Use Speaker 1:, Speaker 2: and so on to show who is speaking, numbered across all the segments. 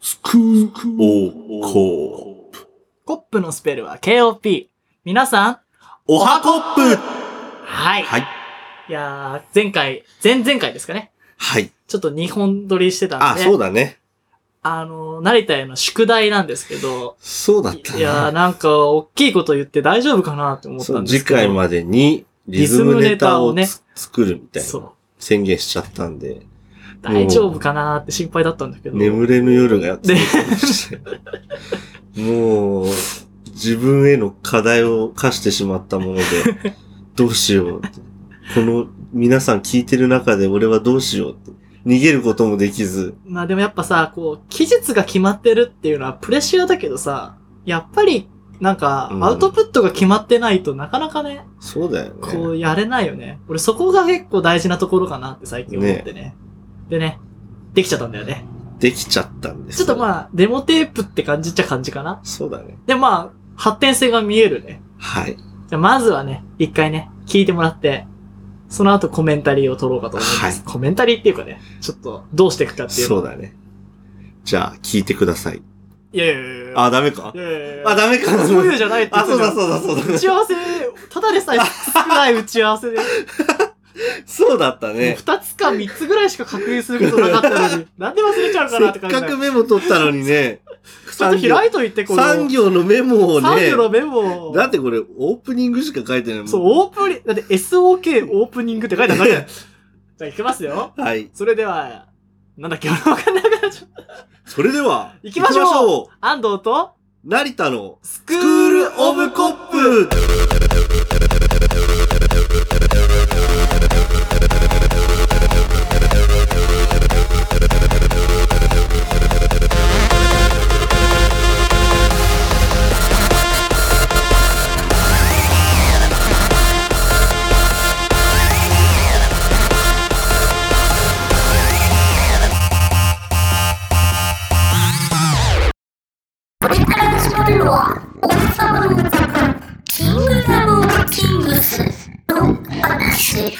Speaker 1: ープ。おこー
Speaker 2: コップのスペルは KOP。皆さん、
Speaker 1: おはコップ
Speaker 2: はい。、
Speaker 1: はいい。
Speaker 2: やー、前回、前々回ですかね。
Speaker 1: はい。
Speaker 2: ちょっと2本撮りしてたん
Speaker 1: あ、
Speaker 2: で。
Speaker 1: そうだね。
Speaker 2: あの、成田への宿題なんですけど。
Speaker 1: そうだった
Speaker 2: いやー、
Speaker 1: な。
Speaker 2: なんか、大きいこと言って大丈夫かなって思った
Speaker 1: そ
Speaker 2: ん
Speaker 1: う
Speaker 2: です
Speaker 1: 次
Speaker 2: けど。
Speaker 1: 回までにリズムネタを
Speaker 2: リズムネ
Speaker 1: つ作るみたい
Speaker 2: そ
Speaker 1: な
Speaker 2: う。
Speaker 1: 宣言しちゃったんで、
Speaker 2: 大丈夫かなーって心配だったんだけど。
Speaker 1: 眠れぬ夜がや ってきてもう、自分への課題を課してしまったもので、どうしようって。この皆さん聞いてる中で俺はどうしようって。逃げることもできず、
Speaker 2: まあでもやっぱさ、こう、期日が決まってるっていうのはプレッシャーだけどさ、やっぱり、なんか
Speaker 1: う、ん
Speaker 2: アウトプットが決まってないとなかなかね、
Speaker 1: そうだよね。
Speaker 2: こうやれないよね。俺そこが結構大事なところかなって最近思ってね。でね、できちゃったんだよね。
Speaker 1: できちゃったんです
Speaker 2: ちょ
Speaker 1: よ
Speaker 2: っとまあ、デモテープって感じっちゃ感じかな。
Speaker 1: そうだね。
Speaker 2: でまあ、発展性が見えるね。
Speaker 1: はい。
Speaker 2: じゃあまずはね、一回ね、聞いてもらって、その後コメンタリーを取ろうかと思います。コメンタリーっていうかね、ちょっとどうしていくかっていうの
Speaker 1: そうだね。じゃあ、聞いてください。
Speaker 2: いやいやいやいや。
Speaker 1: あ、ダメか
Speaker 2: い。やいやいや
Speaker 1: あ、ダメか。
Speaker 2: そういうのじゃないって言
Speaker 1: あ、
Speaker 2: って
Speaker 1: そ
Speaker 2: た
Speaker 1: う
Speaker 2: じゃん
Speaker 1: だそうだそう
Speaker 2: 打
Speaker 1: だ。
Speaker 2: ち合わせ、ただでさえ少ない打ち合わせで、
Speaker 1: そうだったね。
Speaker 2: 二つか三つぐらいしか確認することなかったのに、なんで忘れちゃうか
Speaker 1: せ
Speaker 2: な
Speaker 1: っ
Speaker 2: って感じ
Speaker 1: か
Speaker 2: だ
Speaker 1: く
Speaker 2: よ。
Speaker 1: メモ取ったのにね。
Speaker 2: ちょっと開いといて、この。
Speaker 1: 産業のメモを
Speaker 2: 産
Speaker 1: ね
Speaker 2: 業。のメモを。
Speaker 1: だってこれ、オープニングしか書いてないもん。
Speaker 2: そう、オープニング、だって SOK オープニングって書いてあるだけだよ じゃあ行きますよ。
Speaker 1: はい。
Speaker 2: それでは、なんだっけ、俺わかんなくなっちゃった。
Speaker 1: それでは、
Speaker 2: 行きましょう
Speaker 1: 行う
Speaker 2: 安藤と、
Speaker 1: 成田の
Speaker 2: ス
Speaker 1: スクールオブコップ
Speaker 3: これから聞こえるのは、王様の座キングダム・オブ・キングスの話。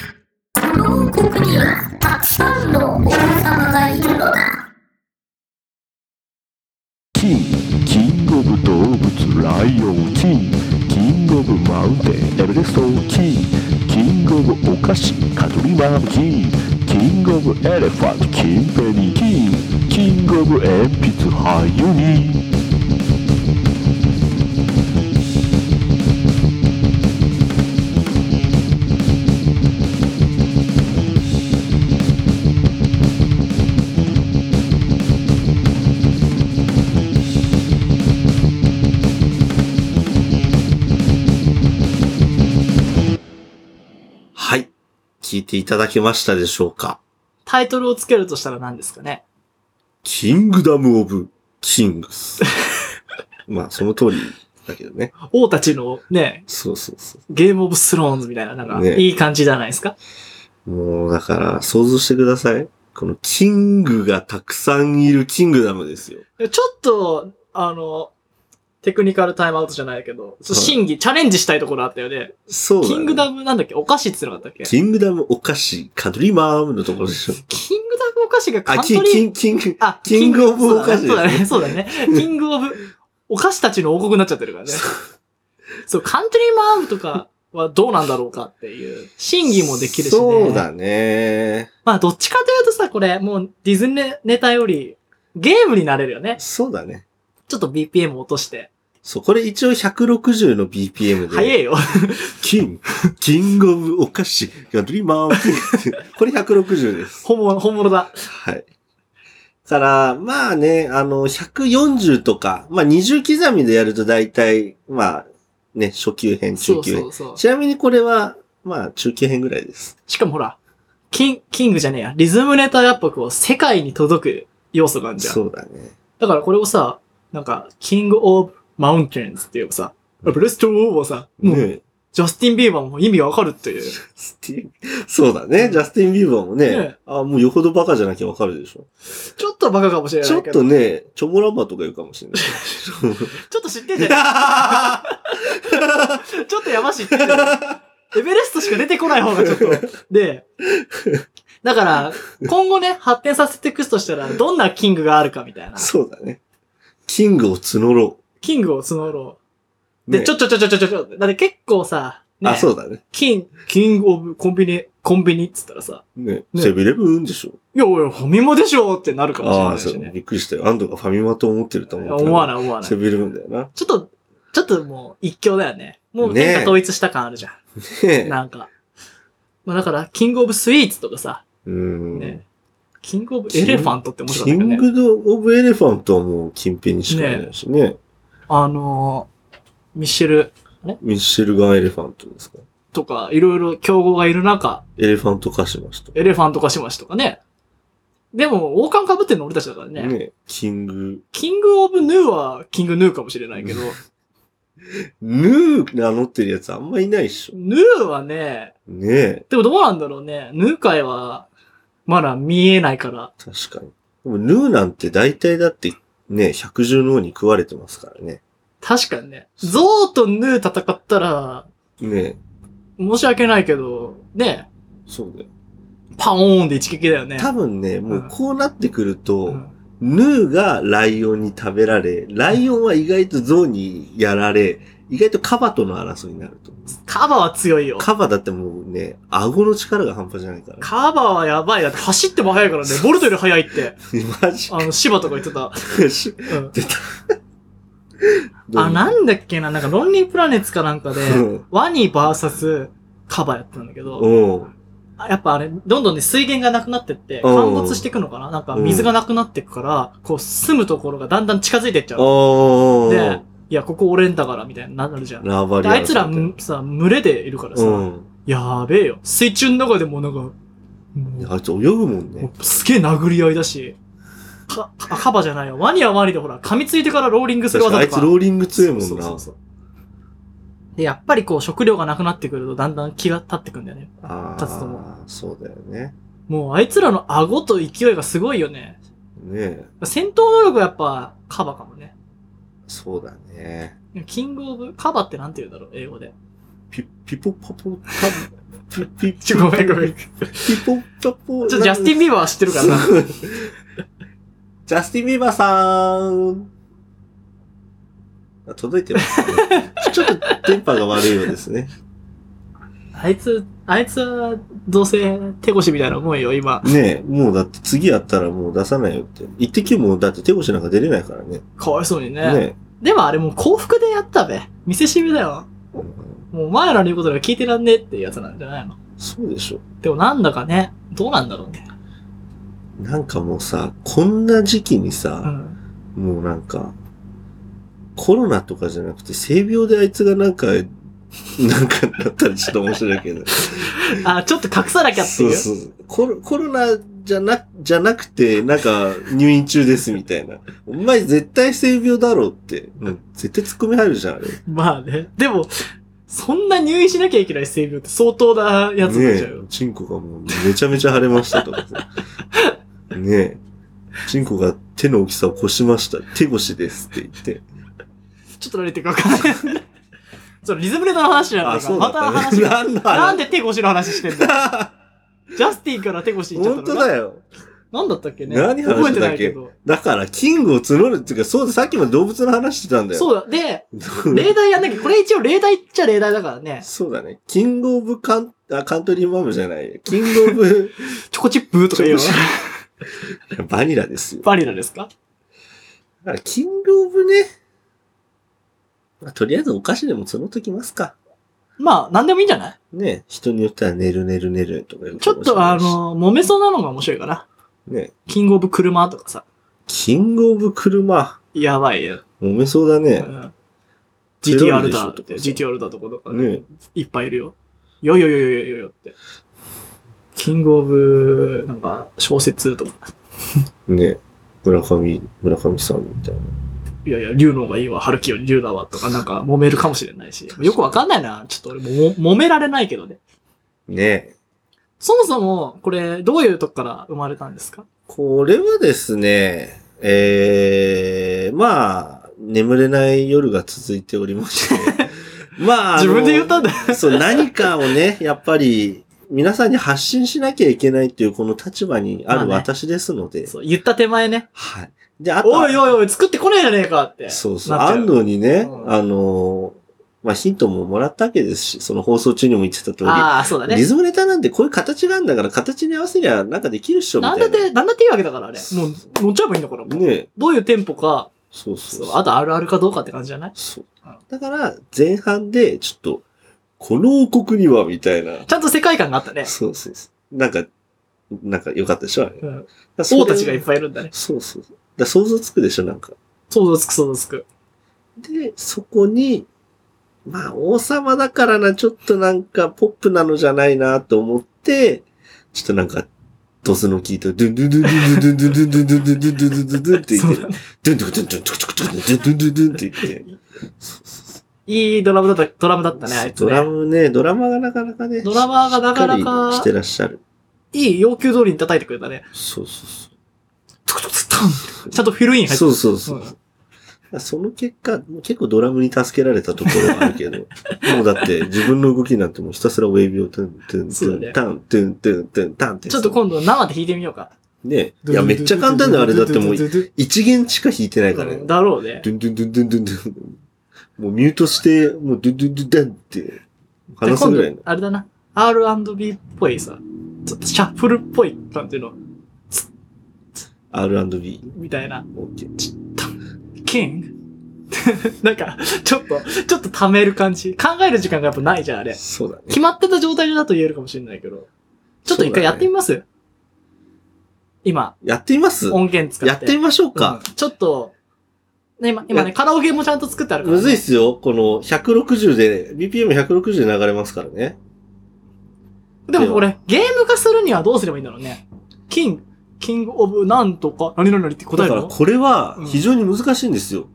Speaker 3: この王国には、たくさんの王様がいるのだ。
Speaker 4: キン、キングオブ動物、ライオン、キン、キングオブマウンテン、エベレスト、キン、キングオブお菓子、カトリマン、キン、キングオブエレファント、キンペニー、キン、キングオブ鉛筆、ハユニー。
Speaker 1: はい。聞いていただけましたでしょうか
Speaker 2: タイトルをつけるとしたら何ですかね。
Speaker 1: キングダム・オブ・キング ス。まあ、その通りだけどね。
Speaker 2: 王たちのね、
Speaker 1: そうそうそ
Speaker 2: ゲームオブスローンズみたいな、なんか、
Speaker 1: ね
Speaker 2: いい感じじゃないですか。
Speaker 1: う。もう、だから、想像してください。この、キングがたくさんいるキングダムですよ。
Speaker 2: ちょっと、あの、テクニカルタイムアウトじゃないけど、ちょっと
Speaker 1: はい
Speaker 2: 審議、チャレンジしたいところあったよね。
Speaker 1: そうだ、ね。
Speaker 2: キングダムなんだっけお菓子ってのがあったっけ
Speaker 1: キングダムお菓子、カトリマームのところでしょ。
Speaker 2: キングダムお菓子がカ
Speaker 1: あ、
Speaker 2: ン
Speaker 1: キ
Speaker 2: ト
Speaker 1: ン、
Speaker 2: リ
Speaker 1: キ
Speaker 2: ー、
Speaker 1: ン、キング、
Speaker 2: あ、
Speaker 1: キングオブお菓子
Speaker 2: そうだね、
Speaker 1: ですね
Speaker 2: そうだね。そうだねキングオブ、お菓子たちの王国になっちゃってるからね。そう、カントリーマームとかはどうなんだろうかっていう、審議もできるしね。
Speaker 1: そうだね。
Speaker 2: まあ、どっちかというとさ、これ、もうディズニーネタより、ゲームになれるよね。
Speaker 1: そうだね。
Speaker 2: ちょっと BPM 落として。
Speaker 1: そう、これ一応160の BPM で。
Speaker 2: 早えよ。
Speaker 1: キン、キングオブお菓子、カトリマーム。これ160です。
Speaker 2: 本物、本物だ。
Speaker 1: はい。から、まあね、あの、140とか、まあ20刻みでやると大体、まあね、初級編、
Speaker 2: そ
Speaker 1: 中
Speaker 2: う
Speaker 1: 級編。
Speaker 2: そうそう。
Speaker 1: ちなみにこれは、まあ中級編ぐらいです。
Speaker 2: しかもほら、キン、キングじゃねえや。リズムネタやっぱこう、世界に届く要素があるじゃん。
Speaker 1: そうだね。
Speaker 2: だからこれをさ、なんか、キング・オブ・マウンテンズって言えばさ、ブレスト・オーバーさ、もう、
Speaker 1: ね
Speaker 2: ジャスティン・ビーバーも意味わかるっていう。
Speaker 1: ジャスティン そうだね。ジャスティン・ビーバーもね、
Speaker 2: ね
Speaker 1: あもうよほどバカじゃなきゃわかるでしょ。
Speaker 2: ちょっとバカかもしれな
Speaker 1: ちょ
Speaker 2: い
Speaker 1: っ
Speaker 2: けど。
Speaker 1: とね、チョモランマとか言うかもしれない。
Speaker 2: ちょっと知っ てんじゃないちょっとやましいってんじゃないエベレストしか出てこない方がちょっと。で、 だから、今後ね、発展させていくとしたら、どんなキングがあるかみたいな。
Speaker 1: そうだね。キングを募ろ
Speaker 2: キングを募ろ
Speaker 1: う。
Speaker 2: う。で、
Speaker 1: ね
Speaker 2: ちょちょちょちょちょちょ、だって結構さ、ね、
Speaker 1: あ、そうだね。
Speaker 2: キン、キングオブコンビニ、コンビニっつったらさ、
Speaker 1: ね。
Speaker 2: ね
Speaker 1: セブンイレブンでしょ。
Speaker 2: いやいや、ファミマでしょってなるかもしれ
Speaker 1: あ
Speaker 2: な
Speaker 1: あ、
Speaker 2: い
Speaker 1: そう
Speaker 2: し。ね。
Speaker 1: びっくりしたよ。安藤がファミマと思ってると思って
Speaker 2: 思わ
Speaker 1: な
Speaker 2: ない思わ
Speaker 1: い。
Speaker 2: ない。
Speaker 1: セ
Speaker 2: ち
Speaker 1: ブンイレブンだよな。ね
Speaker 2: ょっと、ちょっともう一強だよね。もう
Speaker 1: ねえ
Speaker 2: 天下統一した感あるじゃん。
Speaker 1: え。
Speaker 2: なんか。まあだから、キングオブスイーツとかさ、
Speaker 1: うーん。
Speaker 2: ね。キングオブエレファントって面白か
Speaker 1: キ
Speaker 2: ったけど
Speaker 1: ン
Speaker 2: ね。
Speaker 1: グ・オブ・エレファントはもう近辺にしかいないしね。
Speaker 2: あのー、ミッシェル
Speaker 1: ミッシェルガン・エレファントですか。
Speaker 2: とか、いろいろ競合がいる中、
Speaker 1: エレファント化しました。
Speaker 2: エレファント化しましたとかね。でも、王冠被ってんの俺たちだからね。
Speaker 1: ね。キング、
Speaker 2: キングオブヌーはキングヌーかもしれないけど、
Speaker 1: ヌー名乗ってるやつあんまいないっしょ。
Speaker 2: ヌーはね、
Speaker 1: ねえ。
Speaker 2: でもどうなんだろうね。ヌー界は、まだ見えないから。
Speaker 1: 確かに。でも、ヌーなんて大体だって、ね、百獣の王に食われてますからね。
Speaker 2: 確かにね。ゾウとヌー戦ったら、
Speaker 1: ねえ。
Speaker 2: 申し訳ないけど、ね、
Speaker 1: そうだよ。
Speaker 2: パオーンで一撃だよね。
Speaker 1: 多分ね、もうこうなってくると、
Speaker 2: うん
Speaker 1: ヌーがライオンに食べられ、ライオンは意外とゾウにやられ、意外とカバとの争いになると。
Speaker 2: カバは強いよ。
Speaker 1: カバだってもうね、顎の力が半端じゃないから。
Speaker 2: カバはやばい。だって走っても速いからね。ボルトより速いって。
Speaker 1: マジ
Speaker 2: あの、芝とか言ってた。
Speaker 1: かし。
Speaker 2: うん
Speaker 1: 出た。
Speaker 2: あ、なんだっけな、なんか、ロンリープラネッツかなんかで
Speaker 1: うん、
Speaker 2: ワニバーサスカバやったんだけど、
Speaker 1: おう
Speaker 2: あやっぱあれ、どんどんね、水源がなくなってって、
Speaker 1: うん
Speaker 2: 陥没していくのかななんか、水がなくなっていくから、こう、住むところがだんだん近づいてっちゃう。
Speaker 1: お
Speaker 2: で
Speaker 1: う、
Speaker 2: いや、ここ俺んだから、みたいになるじゃん。
Speaker 1: ラバ
Speaker 2: で
Speaker 1: リ
Speaker 2: あいつら
Speaker 1: う、ん。
Speaker 2: さ、群れでいるからさ、やべえよ。水中の中でもなんか、もう
Speaker 1: あいつ泳ぐもんね
Speaker 2: も。うすげえ殴り合いだし、か、あカバじゃないよ。ワニはワニでほら、噛みついてからローリングする
Speaker 1: 確か
Speaker 2: 技
Speaker 1: に
Speaker 2: とか。
Speaker 1: あいつローリング強いもんな。
Speaker 2: そうそうそうで、やっぱりこう食料がなくなってくるとだんだん気が立ってくんだよね。
Speaker 1: あ
Speaker 2: 活動も
Speaker 1: あ、そうだよね。
Speaker 2: もうあいつらの顎と勢いがすごいよね。
Speaker 1: ねえ、
Speaker 2: 戦闘能力はやっぱカバかもね。
Speaker 1: そうだね。
Speaker 2: キングオブ、カバってなんて言うんだろう、英語で。
Speaker 1: ピ、ピポパポ、パ、ピ、ピ、
Speaker 2: ちょ、ごめんごめん。ち
Speaker 1: ピポパポ。
Speaker 2: ょ、ジャスティン・ビーバーは知ってるからな。
Speaker 1: ジャスティン・ビーバーさーん。あ届いてますかね、ちょっと電波が悪いようです ね。
Speaker 2: あいつ、あいつは、どうせ、手越しみたいな思いよ、今。
Speaker 1: ねえ、もうだって次やったらもう出さないよって。一滴もだって手越しなんか出れないからね。
Speaker 2: かわいそうにね。
Speaker 1: ね
Speaker 2: でもあれもう幸福でやったべ。見せしめだよ。
Speaker 1: え、うん
Speaker 2: もうお前らの言うことが聞いてらんねえってやつなんじゃないの
Speaker 1: そうでしょ。
Speaker 2: でもなんだかね、どうなんだろうね。
Speaker 1: なんかもうさ、こんな時期に
Speaker 2: う
Speaker 1: さ、
Speaker 2: ん。
Speaker 1: もうなんか、コロナとかじゃなくて性病であいつがなんか、 なんかだったらちょっと面白いけ ど。
Speaker 2: あ、ちょっと隠さなきゃっていう。
Speaker 1: そうそうコロ。コロナじゃな、じゃなくて、なんか、入院中ですみたいな。お前絶対性病だろうって。うん。絶対突っ込み入るじゃん、あれ。
Speaker 2: まあね。でも、そんな入院しなきゃいけない性病って相当なやつになっちゃうよ。
Speaker 1: ねえ、チンコがもうめちゃめちゃ腫れましたとかさ。 ねえ、チンコが手の大きさを越しました。手越しですって言って。
Speaker 2: ちょっと慣れてるかわかんない。 それリズムネタの話じゃないか。また話 が。
Speaker 1: なんだ
Speaker 2: なんで 手越しの話してんだよジャスティンから手越し行っちゃった
Speaker 1: 本
Speaker 2: の
Speaker 1: 当
Speaker 2: な
Speaker 1: だよ。
Speaker 2: なんだったっけね。
Speaker 1: 何話
Speaker 2: 覚え
Speaker 1: しててた
Speaker 2: ない
Speaker 1: っけ
Speaker 2: けど。
Speaker 1: だから、キングを募るっていうか、そうだ、さっきまで動物の話してたんだよ。
Speaker 2: そうだ。で、 例題やんなきゃ、これ一応例題っちゃ例題だからね。
Speaker 1: そうだね。キングオブカン、あ、カントリーマームじゃない。キングオブ、
Speaker 2: チョコチップとか言うの
Speaker 1: チョコバニラですよ。
Speaker 2: バリラですか
Speaker 1: だから、キングオブね。まあ、とりあえずお菓子でも募っときますか。
Speaker 2: まあ、なんでもいいんじゃない
Speaker 1: ねえ人によっては、ねるねるねるとか言う
Speaker 2: ち
Speaker 1: か
Speaker 2: ょっ
Speaker 1: もしれ
Speaker 2: と
Speaker 1: な
Speaker 2: あ
Speaker 1: いし
Speaker 2: の、揉めそうなのが面白いかな。
Speaker 1: ねえ
Speaker 2: キングオブ車とかさ。
Speaker 1: キングオブ車。
Speaker 2: やばいよ。
Speaker 1: 揉めそうだ
Speaker 2: う
Speaker 1: ね。
Speaker 2: ん
Speaker 1: テロ
Speaker 2: GTR
Speaker 1: リでし
Speaker 2: だ
Speaker 1: ょ
Speaker 2: っ
Speaker 1: と
Speaker 2: て、
Speaker 1: かさ
Speaker 2: GTR だとことかね、
Speaker 1: ね
Speaker 2: いっぱいいるよ。よよよよよよよって。キングオブ、なんか、小説とか。
Speaker 1: ね村上、村上さんみたいな。
Speaker 2: いやいや、竜の方がいいわ、春樹より竜だわとか、なんか揉めるかもしれないし。よくわかんないな。ちょっと俺もも揉められないけどね。
Speaker 1: ね
Speaker 2: そもそも、これ、どういうとこから生まれたんですか
Speaker 1: これはですね、えー、まあ、眠れない夜が続いておりま して。まあ、あの
Speaker 2: 自分で言ったんだ。
Speaker 1: そう、何かをね、やっぱり、皆さんに発信しなきゃいけないっていうこの立場にあ
Speaker 2: まあ
Speaker 1: る
Speaker 2: ね
Speaker 1: 私ですので、
Speaker 2: そう、言った手前ね。
Speaker 1: はい。で、あとは
Speaker 2: おいおいおい、作ってこねえじゃねえかって。
Speaker 1: そうそう。
Speaker 2: なっちゃ
Speaker 1: 安藤にね、
Speaker 2: うん
Speaker 1: あのーまあ、ヒントももらったわけですし、その放送中にも言ってた通り、
Speaker 2: ああ、そうだね
Speaker 1: リ。ズムネタなんてこういう形があるんだから、形に合わせりゃなんかできるっしょ、みた
Speaker 2: ないん
Speaker 1: な。
Speaker 2: だって、なんだっていいわけだから、あれ。もう、乗っちゃえばいいんだから。
Speaker 1: ねえ
Speaker 2: どういうテンポか、
Speaker 1: そうそう
Speaker 2: そう
Speaker 1: そう。
Speaker 2: あとあるあるかどうかって感じじゃない
Speaker 1: そう
Speaker 2: うん
Speaker 1: だから、前半で、ちょっと、この王国には、みたいな。
Speaker 2: ちゃんと世界観があったね。
Speaker 1: そうそうそう。なんか、なんか良かったでしょあれ。
Speaker 2: うん。
Speaker 1: だ
Speaker 2: 王たちがいっ
Speaker 1: ぱい。
Speaker 2: ぱいいるんだね。
Speaker 1: そうそう。だから想像つくでしょなんか。
Speaker 2: 想像つく想像つく。
Speaker 1: で、そこに、まあ、王様だからな、ちょっとなんか、ポップなのじゃないな、と思って、ちょっとなんか、ドスの聞いた、ドゥンドゥンドゥンドゥンドゥンドゥンドゥンドゥンドゥンドゥンドゥンドゥンドゥンドゥンって言
Speaker 2: そ
Speaker 1: っ
Speaker 2: う
Speaker 1: て
Speaker 2: だ
Speaker 1: る
Speaker 2: ね。
Speaker 1: ドゥンドゥンドゥンドゥンドゥンドゥンドゥンドゥンドゥンドゥンドゥンって言って。
Speaker 2: いいドラムだった、ドラムだったね、あいつ
Speaker 1: ドラ
Speaker 2: ね。
Speaker 1: ムね、ドラマがなかなかね、
Speaker 2: ドラマがなかなか
Speaker 1: しっりしてらっしゃる。
Speaker 2: いい要求通りに叩いてくれたね。
Speaker 1: そうそうそう。
Speaker 2: トクトクトクトンちゃんとフィルイン入って
Speaker 1: そうそうそう
Speaker 2: うん。
Speaker 1: その結果、結構ドラムに助けられたところはあるけど、もうだって自分の動きなんてもうひたすらウェービーをトゥントゥント
Speaker 2: そうだ
Speaker 1: ゥ
Speaker 2: ね
Speaker 1: ンタントゥントゥントゥンタンって。
Speaker 2: ちょっと今度生で弾いてみようか。
Speaker 1: ねいや、めっちゃ簡単だよ、あれだってもう
Speaker 2: ドゥドゥ
Speaker 1: 一弦しか弾いてない
Speaker 2: ド
Speaker 1: か
Speaker 2: ゥ
Speaker 1: ら
Speaker 2: ドゥ
Speaker 1: ね。
Speaker 2: だろうね。
Speaker 1: ドゥンドゥンドゥンドゥンドゥンドゥン。もうミュートして、もうドゥンドゥンドゥンダンって
Speaker 2: で
Speaker 1: 話す
Speaker 2: 今
Speaker 1: ぐらい
Speaker 2: 度
Speaker 1: の。、
Speaker 2: あれだな。R&B っぽいさ、ちょっとシャッフルっぽい感じの、
Speaker 1: R&B。
Speaker 2: みたいな。
Speaker 1: OK
Speaker 2: キング なんか、ちょっと、ちょっと溜める感じ。考える時間がやっぱないじゃん、あれ。
Speaker 1: そうだね。
Speaker 2: 決まってた状態だと言えるかもしれないけど。ちょっと一回やってみます、今、
Speaker 1: やってみます
Speaker 2: 音源使って。
Speaker 1: やってみましょうか。
Speaker 2: うんちょっと、ね、今、今ね、カラオケもちゃんと作ってあるから、
Speaker 1: む
Speaker 2: ね。
Speaker 1: ずいっすよ。この160で、BPM160 で流れますからね。
Speaker 2: でもこれ、ゲーム化するにはどうすればいいんだろうね。キング、キングオブなんとか、何々って答
Speaker 1: だ
Speaker 2: え
Speaker 1: か
Speaker 2: る
Speaker 1: ら
Speaker 2: の
Speaker 1: これは非常に難しいんですよ。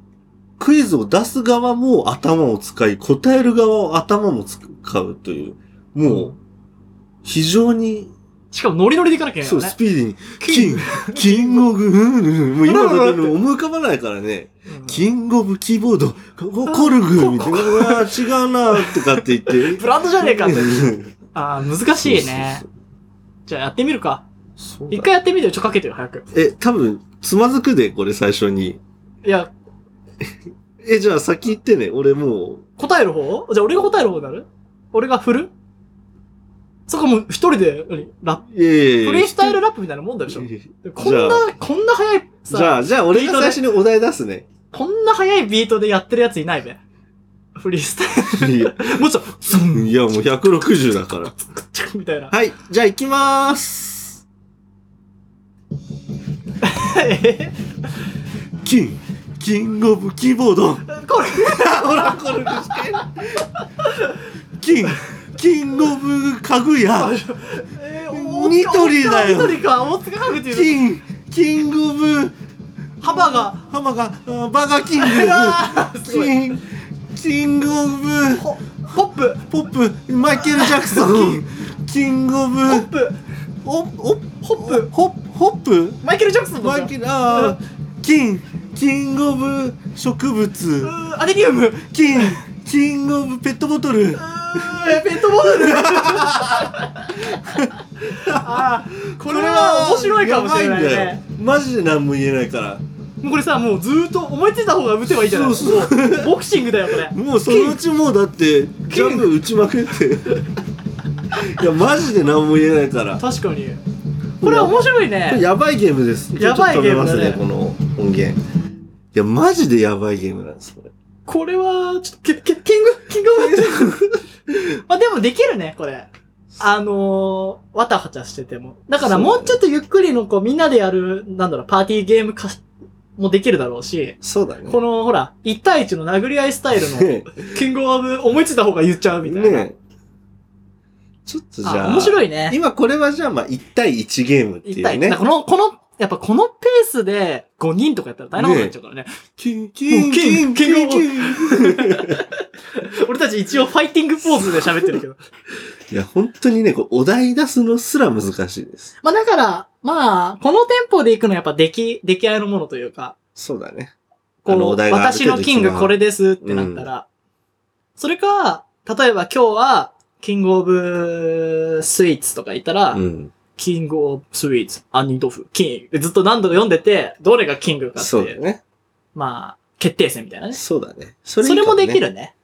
Speaker 1: クイズを出す側も頭を使い、答える側を頭も使うという、もう、非常に、
Speaker 2: しかもノリノリでいかなきゃいけ
Speaker 1: そう、
Speaker 2: ないから
Speaker 1: ス
Speaker 2: ね。
Speaker 1: ピーディーに、
Speaker 2: キ
Speaker 1: キ
Speaker 2: ン
Speaker 1: ング、キングオ
Speaker 2: グ
Speaker 1: ブ、うんうんも う今のところ思い浮かばないからね、
Speaker 2: うん
Speaker 1: キングオブキーボード、ココルグみたいな、うわー違うなーとか って言って。
Speaker 2: ブランドじゃねえかって
Speaker 1: うん
Speaker 2: ああ、難しいね。
Speaker 1: そう
Speaker 2: じゃあやってみるか。
Speaker 1: そうそう
Speaker 2: 一回やってみてよ、ちょ、かけてよ、早く。
Speaker 1: え、多分、つまずくで、これ最初に。
Speaker 2: いや、
Speaker 1: え、じゃあ先言ってね、俺も
Speaker 2: 答える方じゃあ俺が答える方になる俺が振るそこもう一人で、何ラップ
Speaker 1: う、いやいやいや
Speaker 2: フリースタイルラップみたいなもんだでしょこん
Speaker 1: じゃ
Speaker 2: な、こんな早い、
Speaker 1: じゃ
Speaker 2: さ、
Speaker 1: あ、じゃあ俺が最初にお題出す ね。
Speaker 2: こんな早いビートでやってるやついないべ。フリースタ
Speaker 1: いや、
Speaker 2: イル。もうちょっと、ズン
Speaker 1: いやもう160だから。
Speaker 2: チュンみたいな。
Speaker 1: はい、じゃあ行きまー す。
Speaker 2: え
Speaker 1: キン、キングオブキーボー ド。
Speaker 2: これ、
Speaker 1: ほら、これして。キン、キングオブ家具屋。
Speaker 2: え
Speaker 1: ニトリだよ
Speaker 2: ニトリか、大塚家具っていう
Speaker 1: キン、キングオブ、
Speaker 2: の幅が、
Speaker 1: ハマが、あバーガー キング
Speaker 2: うわー。すごい
Speaker 1: キン、キングオブ、
Speaker 2: ポポップ、
Speaker 1: ポップ、マイケル・ジャクソン。キングオブ、
Speaker 2: ポップ、
Speaker 1: お、お、ホップ、ホップ、ホップ
Speaker 2: マイケル・ジャクソンだ
Speaker 1: マ
Speaker 2: じゃ
Speaker 1: イ
Speaker 2: ん
Speaker 1: ケル、あーキン、キングオブ植
Speaker 2: う
Speaker 1: 物、
Speaker 2: ーアデニウム、うー
Speaker 1: キン、キングオブペットボトル、
Speaker 2: ペットボトル。あーこれは面白いかもしれない
Speaker 1: やばん
Speaker 2: ね。
Speaker 1: だよマジで何も言えないから。
Speaker 2: もうこれさ、もうずーっと思いついた方が打てばいいじゃない
Speaker 1: そうそう
Speaker 2: もうボクシングだよ、これ。
Speaker 1: もうそのうちもうだって、ジャブ打ちまく って。いや、マジで何も言えないから。こ
Speaker 2: 確かに。これは面白い
Speaker 1: れ
Speaker 2: ね。
Speaker 1: やばいゲームです。
Speaker 2: やばいゲームだね
Speaker 1: ちょっと止めますこの音源。いや、マジでやばいゲームなんです、これ。
Speaker 2: これは、ちょっと、キキキング、キングオブまあでもできるね、これ。あのー、わたはちゃしてても。だからもうちょっとゆっくりの、こう、みんなでやる、なんだろう、パーティーゲーム化しもできるだろうし、
Speaker 1: そうだね。
Speaker 2: この、ほら、1対1の殴り合いスタイルの、
Speaker 1: ね
Speaker 2: キングオブ、思いついた方が言っちゃうみたいな。
Speaker 1: ねちょっとじゃ
Speaker 2: あ、
Speaker 1: あ。
Speaker 2: 面白いね。
Speaker 1: 今これはじゃあまあ1対1ゲームってい
Speaker 2: 1
Speaker 1: う
Speaker 2: 対1。だか
Speaker 1: ね。
Speaker 2: らこの、この、やっぱこのペースで5人とかやったら大変なことになっちゃうから ね。
Speaker 1: キンキ
Speaker 2: もう
Speaker 1: ン
Speaker 2: キ
Speaker 1: キ
Speaker 2: ン
Speaker 1: ン
Speaker 2: キ
Speaker 1: キ
Speaker 2: ン
Speaker 1: ン
Speaker 2: キ
Speaker 1: キ
Speaker 2: ン
Speaker 1: ン。
Speaker 2: 俺たち一応ファイティングポーズで喋ってるけど。
Speaker 1: いや本当にね、こうお題出すのすら難しいです。
Speaker 2: まあだから、まあ、このテンポで行くのはやっぱ出来、出来合いのものというか、
Speaker 1: そうだね。
Speaker 2: こ
Speaker 1: あ
Speaker 2: う、
Speaker 1: のお題がある
Speaker 2: 私
Speaker 1: 程度
Speaker 2: のキングこれですってなったら、それか、例えば今日は、キングオブスイーツとか言ったら、
Speaker 1: うん。
Speaker 2: キングオブスイーツ、アニドフ、キング。ずっと何度か読んでて、どれがキングかって
Speaker 1: そう
Speaker 2: い
Speaker 1: だ
Speaker 2: う。
Speaker 1: ね。
Speaker 2: まあ、決定戦みたいなね。
Speaker 1: そうだね。そ
Speaker 2: それ
Speaker 1: いいか
Speaker 2: も
Speaker 1: ね
Speaker 2: でき。るね。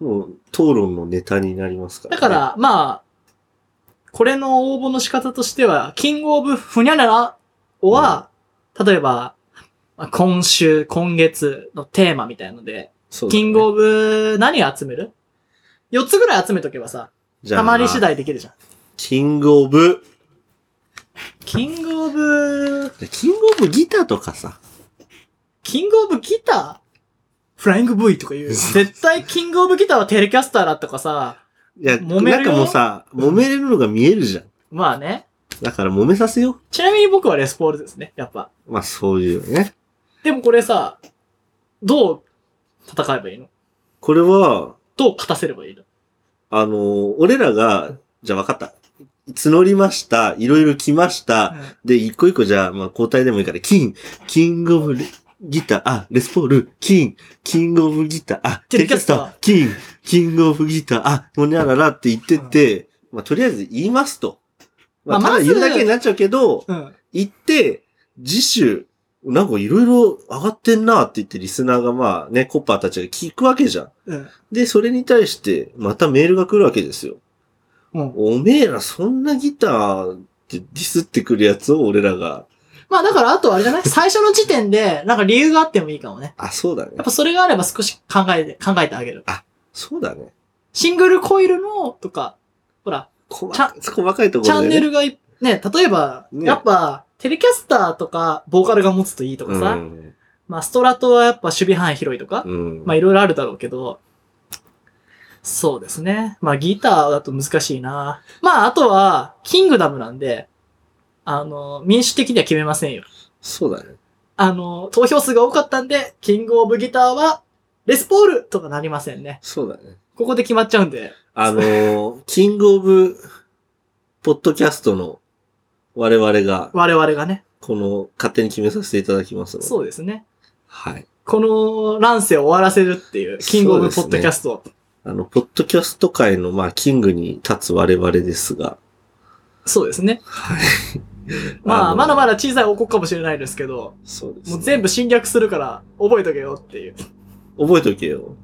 Speaker 1: もう、討論のネタになりますから、
Speaker 2: だか、ら、まあ、これの応募の仕方としては、キングオブフニャララは、例えば、まあ今週、今月のテーマみたいので、
Speaker 1: そうだね
Speaker 2: キングオブ何集める ?4 つぐらい集めとけばさ、
Speaker 1: じゃあ
Speaker 2: たまり次。第できるじゃん。
Speaker 1: キングオブ、
Speaker 2: キングオブ、
Speaker 1: キングオブギターとかさ。
Speaker 2: キングオブギターフライング V とかいう。絶対キングオブギターはテレキャスターだとかさ、
Speaker 1: いや、
Speaker 2: 揉める
Speaker 1: な
Speaker 2: よ
Speaker 1: んかもうさ、揉めれるのが見えるじゃん。
Speaker 2: まあね。
Speaker 1: だから揉めさせよ
Speaker 2: ちなみに僕はレスポールですね、やっぱ。
Speaker 1: う。まあそういうね。
Speaker 2: でもこれさ、どう戦えばいいの
Speaker 1: これは、
Speaker 2: どう勝たせればいいの
Speaker 1: あのー俺らが、じゃあ分かった。募りました。いろいろ来ました。で、一個一個じゃあ、まあ交代でもいいから、金、キングオブレギター、あ、レスポール、金、キングオブギター、あ、
Speaker 2: テレキャスター
Speaker 1: 金、キングオブギター、あ、ほにゃららって言ってって、まあとりあえず言いますと。まあ
Speaker 2: ま
Speaker 1: た
Speaker 2: あ
Speaker 1: だ
Speaker 2: まず
Speaker 1: 言うだけになっちゃうけど、
Speaker 2: うん。うん。
Speaker 1: 言って、次週、なんかいろいろ上がってんなって言ってリスナーがまあね、コッパーたちが聞くわけじゃん。
Speaker 2: うん。
Speaker 1: で、それに対して、またメールが来るわけですよ。
Speaker 2: うん
Speaker 1: おめえらそんなギターってディスってくるやつを俺らが、
Speaker 2: まあだからあとはあれじゃない最初の時点で、なんか理由があってもいいかもね。
Speaker 1: あ、そうだね
Speaker 2: やっ。ぱそれがあれば少し考えて、考えてあげる。
Speaker 1: そうだね。
Speaker 2: シングルコイルの、とか、ほら、
Speaker 1: 細
Speaker 2: ちゃ
Speaker 1: か細かいとこ
Speaker 2: チャ
Speaker 1: ろで、
Speaker 2: ン
Speaker 1: ね。
Speaker 2: ネルがい、ね、例えば、
Speaker 1: ね
Speaker 2: やっぱ、テレキャスターとか、ボーカルが持つといいとかさ、
Speaker 1: うん。
Speaker 2: まあストラトはやっぱ守備範囲広いとか、
Speaker 1: うん。
Speaker 2: まあいろいろあるだろうけど、そうですね。まあギターだと難しいな。まああとは、キングダムなんで、あの、民主的には決めませんよ。
Speaker 1: そうだね。
Speaker 2: あの、投票数が多かったんで、キングオブギターは、レスポールとかなりませんね。
Speaker 1: そうだね。
Speaker 2: ここで決まっちゃうんで。
Speaker 1: あのー、 キングオブ、ポッドキャストの我々が、
Speaker 2: 我々がね。
Speaker 1: この、勝手に決めさせていただきますので。
Speaker 2: そうですね。
Speaker 1: はい。
Speaker 2: この乱世を終わらせるっていう、キングオブポッドキャスト。
Speaker 1: あの、ポッドキャスト界の、まあ、キングに立つ我々ですが、
Speaker 2: そうですね。
Speaker 1: はい。
Speaker 2: ま
Speaker 1: あ
Speaker 2: あ、
Speaker 1: の
Speaker 2: まだまだ小さい王国かもしれないですけど、
Speaker 1: そうです、
Speaker 2: もう全部侵略するから、覚えとけよっていう。
Speaker 1: 覚えとけよ。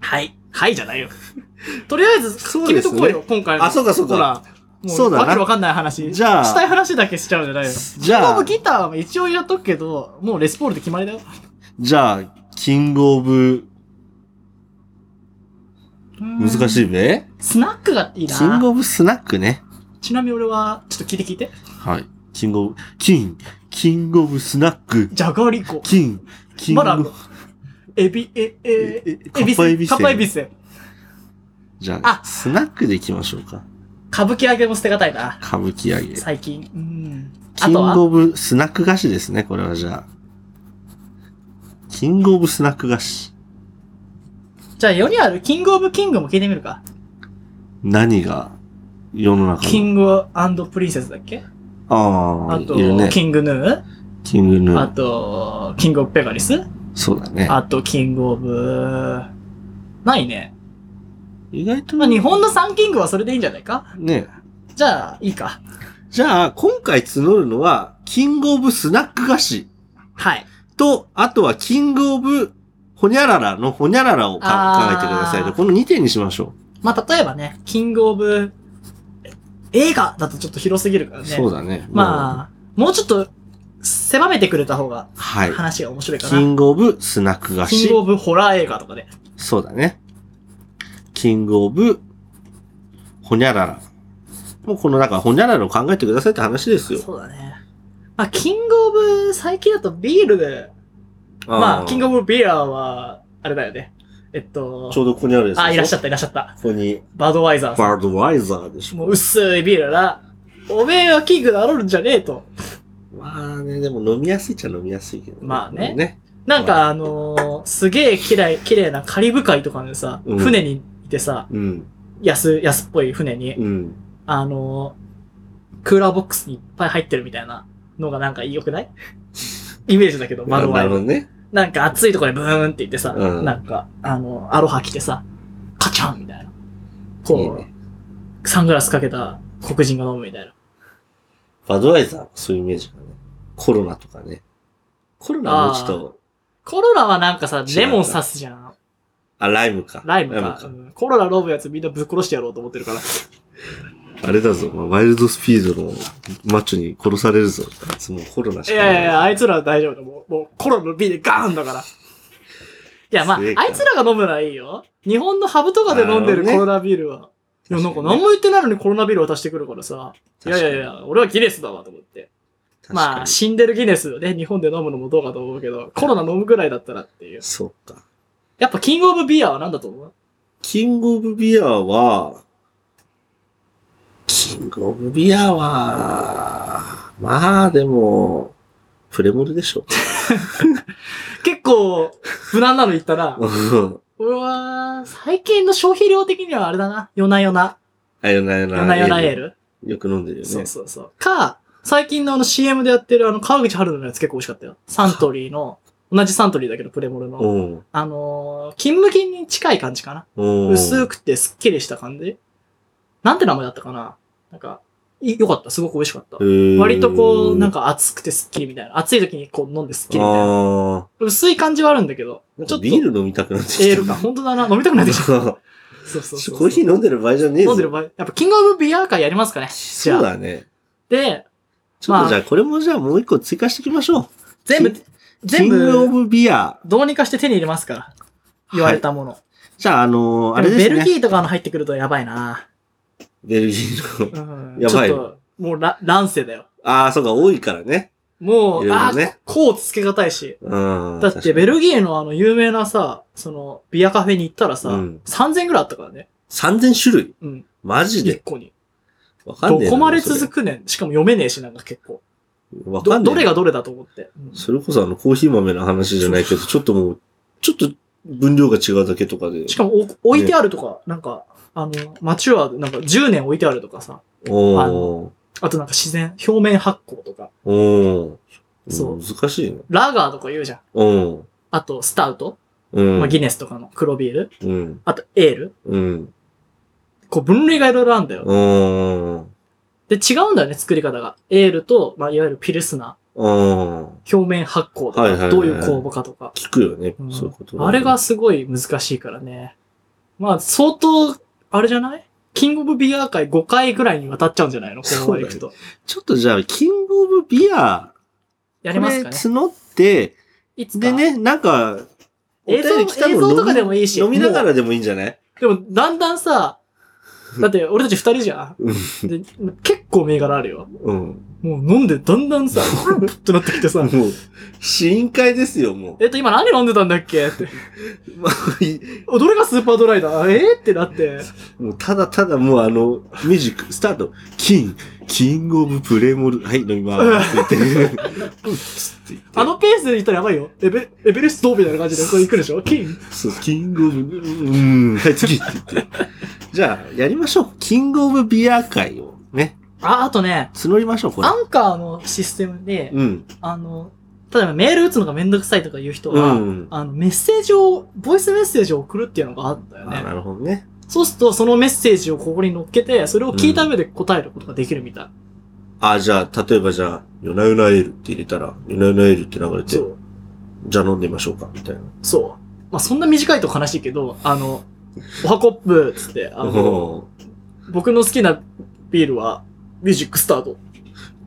Speaker 2: はい。はいじゃないよ。 とりあえず、
Speaker 1: そう
Speaker 2: 決
Speaker 1: で
Speaker 2: め
Speaker 1: す
Speaker 2: と
Speaker 1: ね
Speaker 2: こうよ、今回の。
Speaker 1: あそうかそうか
Speaker 2: ほら、も
Speaker 1: そう
Speaker 2: う、
Speaker 1: だな
Speaker 2: わけわかんない話。
Speaker 1: じゃあ
Speaker 2: したい話だけしちゃうんじゃないよ。
Speaker 1: じ
Speaker 2: キン
Speaker 1: ゃ
Speaker 2: グオ
Speaker 1: あ
Speaker 2: ブ、ギターは一応やっとくけど、もうレスポールで決まりだよ。
Speaker 1: じゃあ、キングオブ、難
Speaker 2: い。
Speaker 1: しいべ
Speaker 2: スナックがいい
Speaker 1: キング
Speaker 2: な。
Speaker 1: オブスナックね。
Speaker 2: ちなみに俺は、ちょっと聞いて聞いて。
Speaker 1: はい。キングオブ、キン、キングオブスナック、
Speaker 2: じゃがりこ。
Speaker 1: キン、キング
Speaker 2: ま
Speaker 1: オ
Speaker 2: だある
Speaker 1: ブ
Speaker 2: の、エビ、え、え、
Speaker 1: ええ
Speaker 2: エビ
Speaker 1: カッパエビせ
Speaker 2: せ。カッパエビせ。
Speaker 1: じゃあ、
Speaker 2: あ
Speaker 1: スナックで行きましょうか。
Speaker 2: 歌舞伎揚げも捨てがたいな。
Speaker 1: 歌舞伎揚げ。
Speaker 2: 最近。うん。あ
Speaker 1: キン
Speaker 2: と
Speaker 1: グ
Speaker 2: は
Speaker 1: オブスナック菓子ですね、これはじゃあ。キングオブスナック菓子。
Speaker 2: じゃあ世にあるキングオブキングも聞いてみるか。
Speaker 1: 何が世の中
Speaker 2: キ
Speaker 1: の。
Speaker 2: ングプリンセスだっけ
Speaker 1: ああ、
Speaker 2: あ
Speaker 1: い
Speaker 2: と、
Speaker 1: るね。
Speaker 2: キングヌー、
Speaker 1: キングヌ
Speaker 2: あ
Speaker 1: ー。
Speaker 2: と、キングオブペガリス、
Speaker 1: そうだね。
Speaker 2: あと、キングオブ、ないね。
Speaker 1: 意外と、
Speaker 2: まあ、日本の3キングはそれでいいんじゃないか
Speaker 1: ね。
Speaker 2: じゃあ、いいか。
Speaker 1: じゃあ、今回募るのは、キングオブスナック菓子
Speaker 2: はい。
Speaker 1: と、あとはキングオブホニャララのホニャララをか考えてください
Speaker 2: あ
Speaker 1: と。
Speaker 2: ー
Speaker 1: この2点にしましょ
Speaker 2: まあ、例えばね、キングオブ、え映画だとちょっと広すぎるから
Speaker 1: う。
Speaker 2: ね。
Speaker 1: そうだね。あ、
Speaker 2: まあ、もうちょっと、狭めてくれた方が
Speaker 1: はい。
Speaker 2: 話が面白いか
Speaker 1: キ
Speaker 2: な。
Speaker 1: ングオブスナック菓
Speaker 2: キングオ
Speaker 1: 子。
Speaker 2: ブホラー映画とかで。
Speaker 1: そうだね。キングオブホニャララ。もうこの中、ホニャララを考えてくださいって話ですよ。
Speaker 2: そうだね。まあ、キングオブ、最近だとビールで、まあ、キングオブビアは、あれだよね。えっと
Speaker 1: ち、ょうどここにあるやつでしょ。
Speaker 2: あ、いらっしゃ
Speaker 1: っ
Speaker 2: った、いらっしゃった。
Speaker 1: た。ここに、
Speaker 2: バードワイザーさ
Speaker 1: バ
Speaker 2: ん。
Speaker 1: ードワイザーでしょ。
Speaker 2: もう薄いビールだな。おめえはキングなろるんじゃねえと。
Speaker 1: まあね、でも飲みやすいっちゃ飲みやすいけど、
Speaker 2: まあね
Speaker 1: ね。
Speaker 2: なんかあのー、すげえ綺麗、綺麗なカリブ海とかのさ、
Speaker 1: うん
Speaker 2: 船にいてさ、
Speaker 1: うん。
Speaker 2: 安、安っぽい船に、
Speaker 1: うん。
Speaker 2: あのー、クーラーボックスにいっぱい入ってるみたいなのがなんか良くない イメージだけど、バード
Speaker 1: な
Speaker 2: ワイ
Speaker 1: る
Speaker 2: ザ
Speaker 1: ほど。
Speaker 2: ー
Speaker 1: ね。
Speaker 2: なんか暑いところにブーンって行ってさ、
Speaker 1: うん
Speaker 2: なんか、あの、アロハ着てさ、カチャンみたいな。こう、
Speaker 1: いいね
Speaker 2: サングラスかけた黒人が飲むみたいな。
Speaker 1: バドワイザー、そういうイメージがね。コロナとかね。コロナはもうちょっと、
Speaker 2: コロナはなんかさ、
Speaker 1: 違う
Speaker 2: レモン刺すじゃん。
Speaker 1: あ、ライムか。
Speaker 2: ライムか。うんコロナ飲むやつみんなぶっ殺してやろうと思ってるから。
Speaker 1: あれだぞ、まあワイルドスピードのマッチョに殺されるぞ。あいつもうコロナし
Speaker 2: い
Speaker 1: かな
Speaker 2: や
Speaker 1: い。
Speaker 2: いやいや、あいつらは大丈夫だ。もう、もうコロナの瓶でガーンだから。いや、まあ、あ
Speaker 1: 強いから
Speaker 2: いつらが飲むのはいいよ。日本のハブとかで飲んでる
Speaker 1: なる
Speaker 2: コ
Speaker 1: ほ
Speaker 2: ロ
Speaker 1: どね
Speaker 2: ナビールは。いや、なん
Speaker 1: 確
Speaker 2: か
Speaker 1: か
Speaker 2: 何
Speaker 1: にね
Speaker 2: も言ってないのにコロナビール渡してくるからさ。いやいやい
Speaker 1: 確か
Speaker 2: や、俺はギネスだわと思って。
Speaker 1: に
Speaker 2: まあ、死んでるギネスをね、日本で飲むのもどうかと思うけど、コロナ飲むぐらいだったらっていう。
Speaker 1: そうか。
Speaker 2: やっぱキングオブビアは何だと思う
Speaker 1: キングオブビアは、キングオブビアは、まあでも、プレモルでしょ。
Speaker 2: 結構、無難なの言ったな。俺は、最近の消費量的にはあれだな。夜な夜な。
Speaker 1: あ、よなよな。
Speaker 2: 夜な夜なエ
Speaker 1: ル。
Speaker 2: ール。
Speaker 1: よく飲んでるよね。
Speaker 2: そうそうそう。か、最近のあの CM でやってるあの川口春奈のやつ結構美味しかったよ。サントリーの、同じサントリーだけどプレモルの。
Speaker 1: うん。
Speaker 2: あのー、金無金に近い感じかな。
Speaker 1: うん。
Speaker 2: 薄くてすっきりした感じ。なんて名前だったかななんか、い良かった。すごく美味しかった。割とこう、なん
Speaker 1: か、
Speaker 2: か熱くてすっきりみたいな。暑い時にこう飲んですっきりみたいな。
Speaker 1: あ
Speaker 2: 薄い感じはあるんだけど。
Speaker 1: ーなん
Speaker 2: ちょ
Speaker 1: か
Speaker 2: っと
Speaker 1: ビール飲みたくなってきた。
Speaker 2: エールか。本当だな。飲みたくなってきた。そうそうそ う。
Speaker 1: コーヒー飲んでる場合じゃねえぞ。
Speaker 2: 飲んでる場合。やっぱキングオブビアー会やりますかね。じ
Speaker 1: そう
Speaker 2: ゃあ。
Speaker 1: だね。
Speaker 2: で、
Speaker 1: ちょっ
Speaker 2: まあ
Speaker 1: とじゃあ、これもじゃあもう一個追加していきましょう。
Speaker 2: 全部
Speaker 1: キン、
Speaker 2: 全
Speaker 1: キングオ
Speaker 2: 部、
Speaker 1: ブビア。
Speaker 2: どうにかして手に入れますから。言われたもの。
Speaker 1: じゃあ、あのーあれですね。
Speaker 2: ベルギーとかの入ってくるとやばいな。
Speaker 1: ベルギーの。
Speaker 2: うん。
Speaker 1: やばい
Speaker 2: ちょっと、もうら乱世だよ。
Speaker 1: ああ、そうか、多いからね。
Speaker 2: もう、
Speaker 1: いろい
Speaker 2: あ
Speaker 1: ろね
Speaker 2: あ、こうつけがたいし。
Speaker 1: うん。
Speaker 2: だっ
Speaker 1: 確か
Speaker 2: て
Speaker 1: に
Speaker 2: ベルギーのあの有名なさ、その、ビアカフェに行ったらさ、
Speaker 1: うん
Speaker 2: 3000ぐらいあったからね。
Speaker 1: 3000種類
Speaker 2: うん。
Speaker 1: マジ
Speaker 2: 1
Speaker 1: で
Speaker 2: 個に。
Speaker 1: わかん
Speaker 2: ど
Speaker 1: ねえな
Speaker 2: こまで続くねん。しかも読めねえし、なんか結構。
Speaker 1: それわか
Speaker 2: ど
Speaker 1: んね
Speaker 2: ど
Speaker 1: えな
Speaker 2: れがどれだと思って。うん
Speaker 1: それこそあの、コーヒー豆の話じゃないけど、ちょっともう、ちょっと分量が違うだけとかで。
Speaker 2: しかもお置いてあるとか、なんか、あの、街はなんか10年置いてあるとかさ、
Speaker 1: お
Speaker 2: あ
Speaker 1: ー。
Speaker 2: あとなんか自然、表面発酵とか、
Speaker 1: おー。
Speaker 2: そう
Speaker 1: 難しいね。
Speaker 2: ラガーとか言うじゃん。
Speaker 1: うん。
Speaker 2: あと、スタウト、
Speaker 1: うん。
Speaker 2: まあ、ギネスとかの黒ビール、
Speaker 1: うん。
Speaker 2: あとエール。
Speaker 1: うん。
Speaker 2: こう分類がいろいろあるんだよ。
Speaker 1: うん。
Speaker 2: で、違うんだよね、作り方が。エールと、まあ、いわゆるピルスナ
Speaker 1: うん。
Speaker 2: ー、表面発酵と
Speaker 1: はいはいはい
Speaker 2: か、
Speaker 1: はい
Speaker 2: どういう酵母かとか。
Speaker 1: 聞くよね
Speaker 2: う、ん
Speaker 1: そういうことは。
Speaker 2: あれがすごい難しいからね。まあ、相当、あれじゃないキングオブビアー界5回ぐらいにわたっちゃうんじゃないのここまで行くと。
Speaker 1: ちょっとじゃあ、キングオブビア、
Speaker 2: やりますか
Speaker 1: こ
Speaker 2: ね
Speaker 1: れ。募って、
Speaker 2: いつか
Speaker 1: でね、なんか、お便り来たの
Speaker 2: 映像映像とか
Speaker 1: 飲み
Speaker 2: でもいいし
Speaker 1: 飲みながらでもいいんじゃない
Speaker 2: でも、だんだんさ、だって俺たち二人じゃん。で結構銘柄あるよ。
Speaker 1: うん。
Speaker 2: もう飲んで、だんだ んさ、ふってなってきてさ、
Speaker 1: もう、試飲会ですよ、もう。
Speaker 2: えっと、今何飲んでたんだっけって。
Speaker 1: まあい
Speaker 2: おどれがスーパードライだえー、ってなって。
Speaker 1: もうただただもうあの、ミュージック、スタート。キン、キングオブプレモル、はい、飲みまーすって言って。うんつって言って
Speaker 2: あのペースで行ったらやばいよ。エベエベレストみたい な感じで、これ行くでしょキン。
Speaker 1: そう、キングオブ、うん、はい、次って言って。じゃあ、やりましょう。キングオブビア会をね、
Speaker 2: あ、あとね、
Speaker 1: 募りましょう、これ
Speaker 2: ア。ンカーのシステムで、
Speaker 1: うん。
Speaker 2: あの、例えばメール打つのがめんどくさいとかいう人
Speaker 1: う
Speaker 2: は、
Speaker 1: ん。
Speaker 2: あの、メッセージを、ボイスメッセージを送るっていうのがあったよ
Speaker 1: あ、
Speaker 2: ね。
Speaker 1: なるほどね。
Speaker 2: そうすると、そのメッセージをここに乗っけて、それを聞いた上で答えることができるみたい。
Speaker 1: あ、じゃあ、例えばじゃあ、ヨナヨナエールって入れたら、ヨナヨナエールって流れて
Speaker 2: そ、う。
Speaker 1: じゃあ飲んでみましょうか、みたいな。
Speaker 2: そう。まあ、そんな短いと悲しいけど、あの、おはコップっつって、あの、
Speaker 1: お
Speaker 2: 僕の好きなビールは、ミュージックスタート、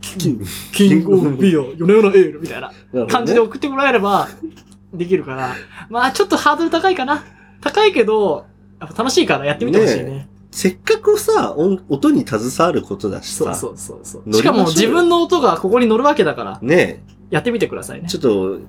Speaker 1: ーキング
Speaker 2: キングオブビア、夜な夜なエールみたいな
Speaker 1: なるほどね
Speaker 2: 感じで送ってもらえれば、できるから、まあ、ちょっとハードル高いかな。高いけど、やっぱ楽しいからやってみてほしいね。
Speaker 1: ねせっかくさ、音音に携わることだし
Speaker 2: そう
Speaker 1: さ、
Speaker 2: そうそうそう。
Speaker 1: 乗りましょうよ
Speaker 2: しかも自分の音がここに乗るわけだから、
Speaker 1: ね
Speaker 2: やってみてください
Speaker 1: え、
Speaker 2: ね。
Speaker 1: ちょっと、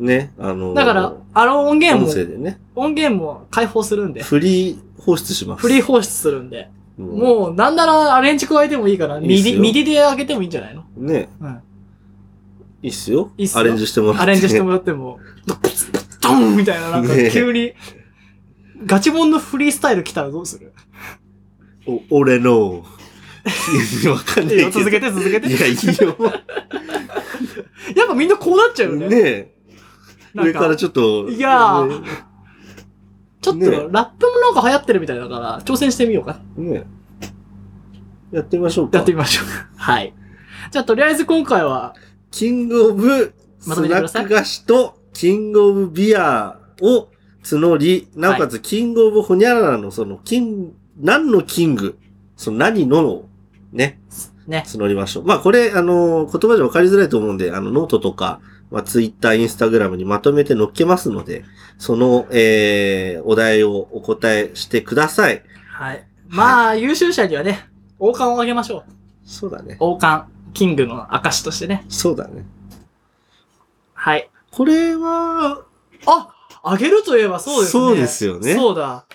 Speaker 1: ね、あの、
Speaker 2: だから、あの音源
Speaker 1: 音
Speaker 2: も
Speaker 1: 声、でね、
Speaker 2: 音源も解放するんで、
Speaker 1: フリー放出します。
Speaker 2: フリー放出するんで、
Speaker 1: も
Speaker 2: もう、なんならアレンジ加えてもいいから、
Speaker 1: いい
Speaker 2: ミ
Speaker 1: っす
Speaker 2: ディ、
Speaker 1: よ
Speaker 2: ミディで上げてもいいんじゃないの
Speaker 1: う、ね
Speaker 2: うん。
Speaker 1: いいっすよ。
Speaker 2: いいっすよ
Speaker 1: アレンジしてもらって、
Speaker 2: アレンジしてもらっても、ドンみたいな、なんか
Speaker 1: ねえ
Speaker 2: 急に、ガチモンのフリースタイル来たらどうする
Speaker 1: お俺の、いやわかん
Speaker 2: い
Speaker 1: ないい
Speaker 2: よ、続けて続けて。
Speaker 1: いや、いいよ。
Speaker 2: やっぱみんなこうなっちゃうよね。
Speaker 1: ねえ、
Speaker 2: なん
Speaker 1: 上
Speaker 2: か
Speaker 1: からちょっと、
Speaker 2: いやー
Speaker 1: ね
Speaker 2: ちょっと、
Speaker 1: ねえ
Speaker 2: ラップもなんか流行ってるみたいだから、挑戦してみようか。
Speaker 1: ねえやってみましょうか。
Speaker 2: やってみましょうか。はい。じゃあ、とりあえず今回は、
Speaker 5: キングオブス
Speaker 2: まとめて
Speaker 5: ナ
Speaker 2: ください
Speaker 5: ック菓子とキングオブビアを募り、なおかつキングオブホニャララのその金、何のキング、その何のをね、
Speaker 2: ね。
Speaker 5: 募りましょう。まあこれ、あの、言葉じゃわかりづらいと思うんで、あの、ノートとか、まあツイッター、インスタグラムにまとめて載っけますので、その、えー、お題をお答えしてください。
Speaker 2: はい。まあ、優秀者にはね、王冠をあげましょう。
Speaker 5: そうだね。
Speaker 2: 王冠、キングの証としてね。
Speaker 5: そうだね。
Speaker 2: はい。
Speaker 5: これは、
Speaker 2: ああげるといえばそうですね。
Speaker 5: そうですよね
Speaker 2: そうだ。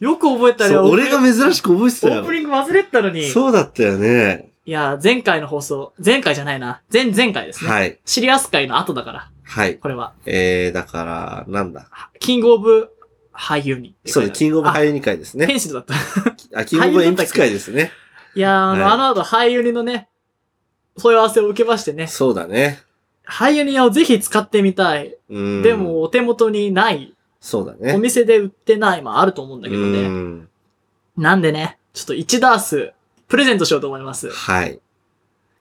Speaker 2: よく覚えた
Speaker 5: そ
Speaker 2: よ。
Speaker 5: う俺が珍しく覚えて
Speaker 2: オ
Speaker 5: たよ
Speaker 2: ープ。ニング忘れてたのに。
Speaker 5: そうだったよね。
Speaker 2: いや、前回の放送、前回じゃないな。前、前回ですね。
Speaker 5: はい。
Speaker 2: シリアス会の後だから、
Speaker 5: はい。
Speaker 2: これは。
Speaker 5: えー、だから、なんだ。
Speaker 2: キングオブ俳優に。
Speaker 5: そうね、キングオブ
Speaker 2: 優。
Speaker 5: 俳優2回ですね。
Speaker 2: 天使だった。
Speaker 5: あ、キングオブ鉛筆会ですね。
Speaker 2: いやー、あの
Speaker 5: はい
Speaker 2: あの後俳優にのね、問い合わせを受けましてね、
Speaker 5: そうだね。
Speaker 2: 俳優にをぜひ使ってみたい。
Speaker 5: うん。
Speaker 2: で、も、お手元にない、
Speaker 5: そうだ
Speaker 2: お
Speaker 5: ね。
Speaker 2: 店で売ってない、まああると思うんだけど
Speaker 5: う
Speaker 2: ね。
Speaker 5: ん。
Speaker 2: なんでね、ちょっと1ダース、プレゼントしようと思います。
Speaker 5: はい。
Speaker 2: こ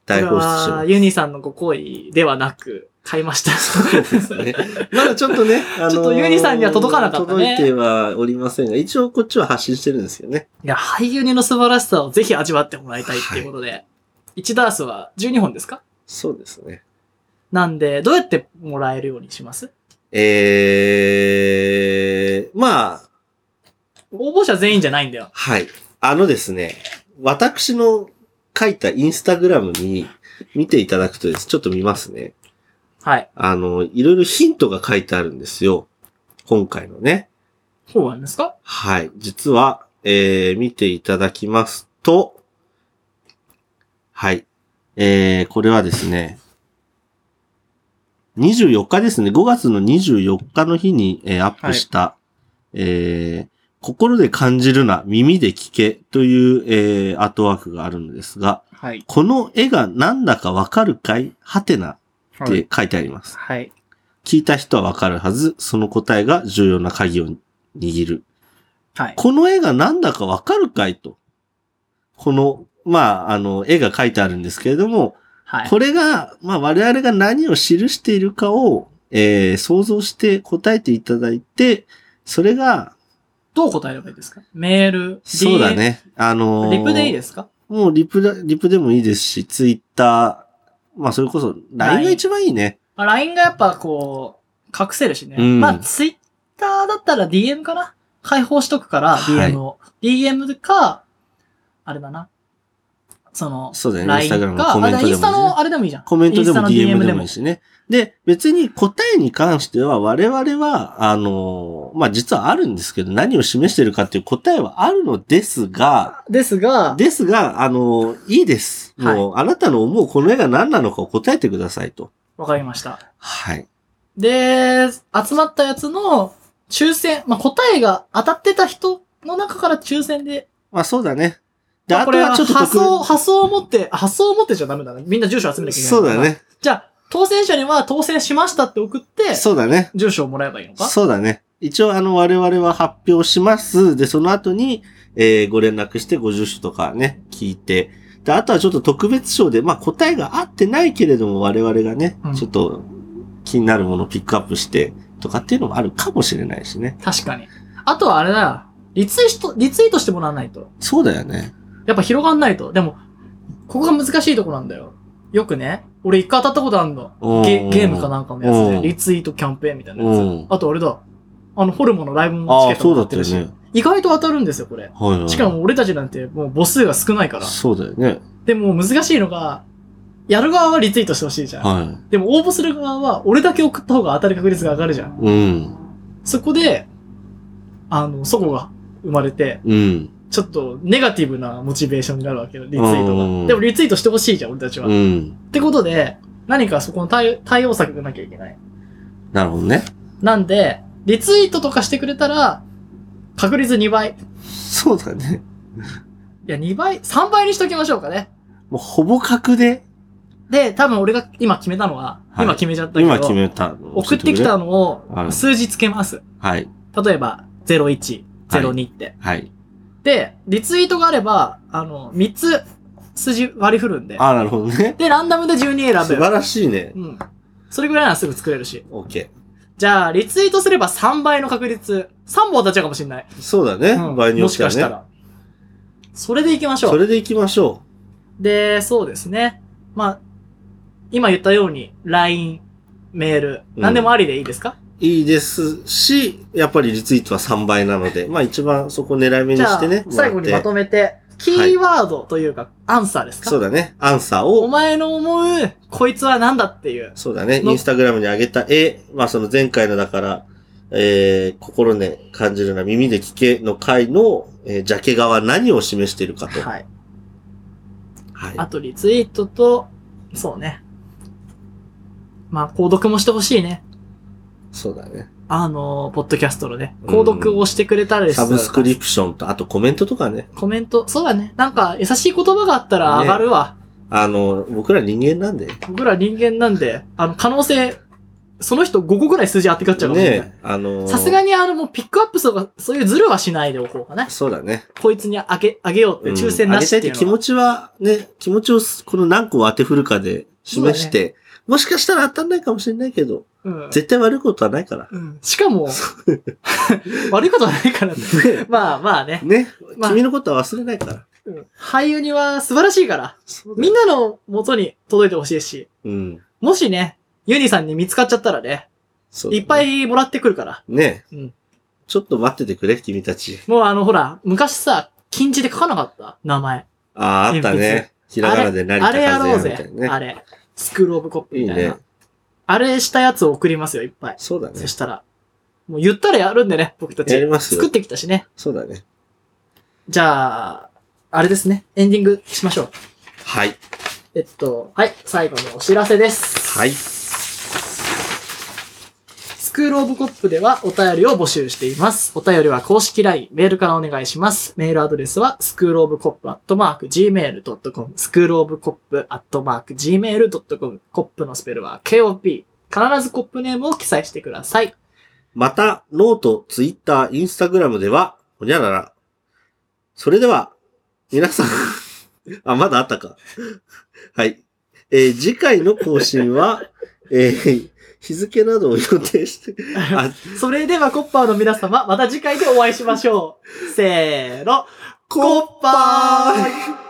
Speaker 2: れ
Speaker 5: 大放出し
Speaker 2: は、
Speaker 5: ま
Speaker 2: ユニさんのご好意ではなく、買いました。
Speaker 5: す。そうですね。まだちょっとね、 あのー
Speaker 2: ちょっとユニさんには届かなかったね
Speaker 5: 届いてはおりませんが、一応こっちは発信してるんですよね。
Speaker 2: いや、俳優にの素晴らしさをぜひ味わってもらいたいっていうことで、1ダースは12本ですか
Speaker 5: そうですね。
Speaker 2: なんで、どうやってもらえるようにします
Speaker 5: えー、まあ、
Speaker 2: 応募者全員じゃないんだよ。
Speaker 5: はい。あのですね、私の書いたインスタグラムに見ていただくとです。ちょっと見ますね。
Speaker 2: はい。
Speaker 5: あの、いろいろヒントが書いてあるんですよ。今回のね。
Speaker 2: そうなんですか
Speaker 5: はい。実は、えー、見ていただきますと、はい。えー、これはですね、24日ですね。5月の24日の日に、えーアップした、えー、心で感じるな、耳で聞けという、えー、アートワークがあるのですが、
Speaker 2: はい。
Speaker 5: この絵が何だかわかるかいはてなって書いてあります。
Speaker 2: はい。
Speaker 5: 聞いた人はわかるはず、その答えが重要な鍵を握る。
Speaker 2: はい。
Speaker 5: この絵が何だかわかるかいと。この、まあ、あの、絵が書いてあるんですけれども、
Speaker 2: はい。
Speaker 5: これが、まあ、我々が何を記しているかを、えー想像して答えていただいて、それが、
Speaker 2: どう答えればいいですかメール、
Speaker 5: そうだね、あ
Speaker 2: DM
Speaker 5: のー
Speaker 2: リプでいいですか
Speaker 5: もうリプだ、リプでもいいですし、ツイッター、まあ、それこそ、LINE が一番いいね。
Speaker 2: まあ LINE がやっぱこう、隠せるしね。
Speaker 5: うん
Speaker 2: まあ Twitter だったら DM かな開放しとくから、
Speaker 5: はい
Speaker 2: DM を。DM か、あれだな。その、
Speaker 5: そうだよね
Speaker 2: LINE
Speaker 5: インスタグラムの
Speaker 2: か、
Speaker 5: コメントでもい
Speaker 2: あイ
Speaker 5: い
Speaker 2: ン
Speaker 5: し
Speaker 2: スタのあれでもいいじゃん。
Speaker 5: コメントで
Speaker 2: インスタ
Speaker 5: も
Speaker 2: の
Speaker 5: DM でもいいしね。で、別に答えに関しては我々は、あの、まあ、実はあるんですけど、何を示してるかっていう答えはあるのですが、
Speaker 2: ですが、
Speaker 5: ですが、あの、いいです。もう、あなたの思うこの絵が何なのかを答えてくださいと。
Speaker 2: わかりました。
Speaker 5: はい。
Speaker 2: で、集まったやつの抽選、まあ、答えが当たってた人の中から抽選で、
Speaker 5: まあ、そうだね。で、
Speaker 2: まあ
Speaker 5: あ
Speaker 2: ことれ
Speaker 5: はちょっと
Speaker 2: 発
Speaker 5: 特
Speaker 2: 想、発想を持って、あ発想を持ってじゃダメだな。みんな住所集めなきゃいけない。
Speaker 5: そうだ。ね。
Speaker 2: じゃあ、当選者には当選しましたって送って、
Speaker 5: そうだね。
Speaker 2: 住所をもらえばいいのか
Speaker 5: そうだね。一応、あの、我々は発表します。で、その後に、えーご連絡して、ご住所とかね、聞いて。で、あとはちょっと特別賞で、まあ、答えが合ってないけれども、我々がね、
Speaker 2: うん
Speaker 5: ちょっと気になるものをピックアップして、とかっていうのもあるかもしれないしね。
Speaker 2: 確かに。あとはあれだな。リツイート、リツイートしてもらわないと。
Speaker 5: そうだよね。
Speaker 2: やっぱ広がんないと。でも、ここが難しいとこなんだよ。よくね、俺一回当たったことあんの。ゲ
Speaker 5: うん
Speaker 2: ゲームかなんかのやつ
Speaker 5: うん
Speaker 2: で、リツイートキャンペーンみたいなや
Speaker 5: う
Speaker 2: つ。
Speaker 5: ん
Speaker 2: あとあれだ、あの、ホルモンのライブ
Speaker 5: あ
Speaker 2: もチ
Speaker 5: あー、
Speaker 2: ケット
Speaker 5: そ
Speaker 2: も
Speaker 5: うだ
Speaker 2: らっ
Speaker 5: っ
Speaker 2: たて
Speaker 5: よ
Speaker 2: るし、
Speaker 5: ね。
Speaker 2: 意外と当たるんですよ、これ。
Speaker 5: はい、はい。
Speaker 2: しかも俺たちなんてもう母数が少ないから。
Speaker 5: そうだよね。
Speaker 2: でも難しいのが、やる側はリツイートしてほしいじゃん。
Speaker 5: は
Speaker 2: でも応募する側は、俺だけ送った方が当たる確率が上がるじゃん。
Speaker 5: い。うん。
Speaker 2: そこで、あの、そこが生まれて、
Speaker 5: うん。
Speaker 2: ちょっとネガティブなモチベーションになるわけよ、リツイート
Speaker 5: うん
Speaker 2: が。でもリツイートしてほしいじゃん、俺たちは。
Speaker 5: う
Speaker 2: っ
Speaker 5: ん。
Speaker 2: てことで、何かそこの対対応策がなきゃいけない。
Speaker 5: なるほどね。
Speaker 2: なんで、リツイートとかしてくれたら、確率2倍。い
Speaker 5: そうだね。
Speaker 2: や、2倍、3倍にしときましょうかね。
Speaker 5: もうほぼ格で、
Speaker 2: で、多分俺が今決めたのは、
Speaker 5: はい
Speaker 2: 今決めちゃったけど、
Speaker 5: 今決めたの。
Speaker 2: 送ってきたの
Speaker 5: は
Speaker 2: を
Speaker 5: い
Speaker 2: 数字つけます。
Speaker 5: はい。
Speaker 2: 例えば、01、02って。
Speaker 5: はい。
Speaker 2: で、リツイートがあれば、あの、3つ筋割り振るんで。
Speaker 1: ああ、なるほど ね。
Speaker 2: で、ランダムで12選
Speaker 1: 素
Speaker 2: べる。
Speaker 1: 晴らしいね。
Speaker 2: うん。それぐらいならすぐ作れるし。
Speaker 1: オッケ
Speaker 2: じゃあ、リツイートすれば3倍の確率。3本当たっちゃうかもし んない。
Speaker 1: ー。そうだね。
Speaker 2: うん
Speaker 1: 場合によ
Speaker 2: も
Speaker 1: っ
Speaker 2: して
Speaker 1: は
Speaker 2: かした
Speaker 1: ね。
Speaker 2: ら。それでいきましょう。
Speaker 1: それで行きましょ
Speaker 2: で、そうですね。まあ、今言ったように、LINE、メール、
Speaker 1: うん
Speaker 2: 何でもありでいいですか、
Speaker 1: う。いいですし、やっぱりリツイートは3倍なので、まあ一番そこ狙い目に
Speaker 2: じゃ
Speaker 1: し
Speaker 2: あ
Speaker 1: てね。、
Speaker 2: 最後に
Speaker 1: もら
Speaker 2: ま
Speaker 1: って
Speaker 2: とめて、キーワードというか、アンサーですか
Speaker 1: そうだね。アンサー
Speaker 2: お
Speaker 1: を、
Speaker 2: 前の思う、こいつは何だっていう。
Speaker 1: そうだね。
Speaker 2: の
Speaker 1: インスタグラムに上げた絵、まあその前回のだから、えー、心で感じるな耳で聞けの回の、えー、ジャケ画は何を示しているか と。
Speaker 2: はい。
Speaker 1: はい。
Speaker 2: あと、リツイートと、そうね。まあ、購読もしてほしいね。
Speaker 1: そうだね。
Speaker 2: あのー、ポッドキャストのね。
Speaker 1: うん
Speaker 2: 購読をしてくれたらです
Speaker 1: サブスクリプションと、あとコメントとかね。
Speaker 2: コメント、そうだね。なんか、優しい言葉があったら上がるわ。
Speaker 1: あの、僕ら人間なんで。
Speaker 2: 僕ら人間なんで、あの、可能性、その人5個ぐらい数字当てかっちゃうかもしれない。
Speaker 1: ねあのー
Speaker 2: さすがにあの、もうピックアップとか、そういうズルはしないでおこうかな。
Speaker 1: そうだね。
Speaker 2: こいつにあげ、あげようっていう抽選なしって
Speaker 1: あげたいって
Speaker 2: いう
Speaker 1: 気
Speaker 2: のは
Speaker 1: 持ちは、ね、気持ちをすこの何個を当て振るかで示して、 もしかしたら当たんないかもしれないけど、
Speaker 2: うん
Speaker 1: 絶対悪いことはないから。
Speaker 2: うん。し かも、悪いことはないからね。まあまあね。
Speaker 1: ね、
Speaker 2: まあ
Speaker 1: 君のことは忘れないから。
Speaker 2: うん俳優には素晴らしいから、
Speaker 1: そうだ
Speaker 2: み
Speaker 1: よ
Speaker 2: んなの元に届いてほしいし、
Speaker 1: うん。
Speaker 2: もしね、ユニさんに見つかっちゃったらね、
Speaker 1: そうだ
Speaker 2: い
Speaker 1: ね
Speaker 2: っぱ。いもらってくるから。
Speaker 1: ね、
Speaker 2: うん
Speaker 1: ちょっと待っててくれ、君たち。
Speaker 2: もうあの、ほら、昔さ、禁じで書かなかった名前。
Speaker 1: ああ、あったね。ひらがなで成田
Speaker 2: あれや
Speaker 1: 和
Speaker 2: ろう
Speaker 1: 也みた
Speaker 2: ぜ
Speaker 1: い。な
Speaker 2: あ
Speaker 1: ね。
Speaker 2: れ。スクールオブコップ
Speaker 1: いい
Speaker 2: みたいな。
Speaker 1: ね。
Speaker 2: あれしたやつを送りますよ、いっぱい。
Speaker 1: そうだね
Speaker 2: そ。したら。もう言ったらやるんでね、僕たち。
Speaker 1: やりますよ
Speaker 2: 作ってきたしね。
Speaker 1: そうだね。
Speaker 2: じゃあ、あれですね。エンディングしましょう。
Speaker 1: はい。
Speaker 2: えっと、はい。最後のお知らせです。
Speaker 1: はい。
Speaker 2: スクールオブコップではお便りを募集しています。お便りは公式 LINE、メールからお願いします。メールアドレスは、スクールオブコップアットマーク Gmail.com、スクールオブコップアットマーク Gmail.com、コップのスペルは KOP。必ずコップネームを記載してください。
Speaker 1: また、ノート、ツイッター、インスタグラムでは、ほにゃらら。それでは、皆さん、 あ、まだあったか。はい。えー次回の更新は、えー日付などを予定して、あ、
Speaker 2: それではコッパーの皆様、また次回でお会いしましょう。せーの、コッパー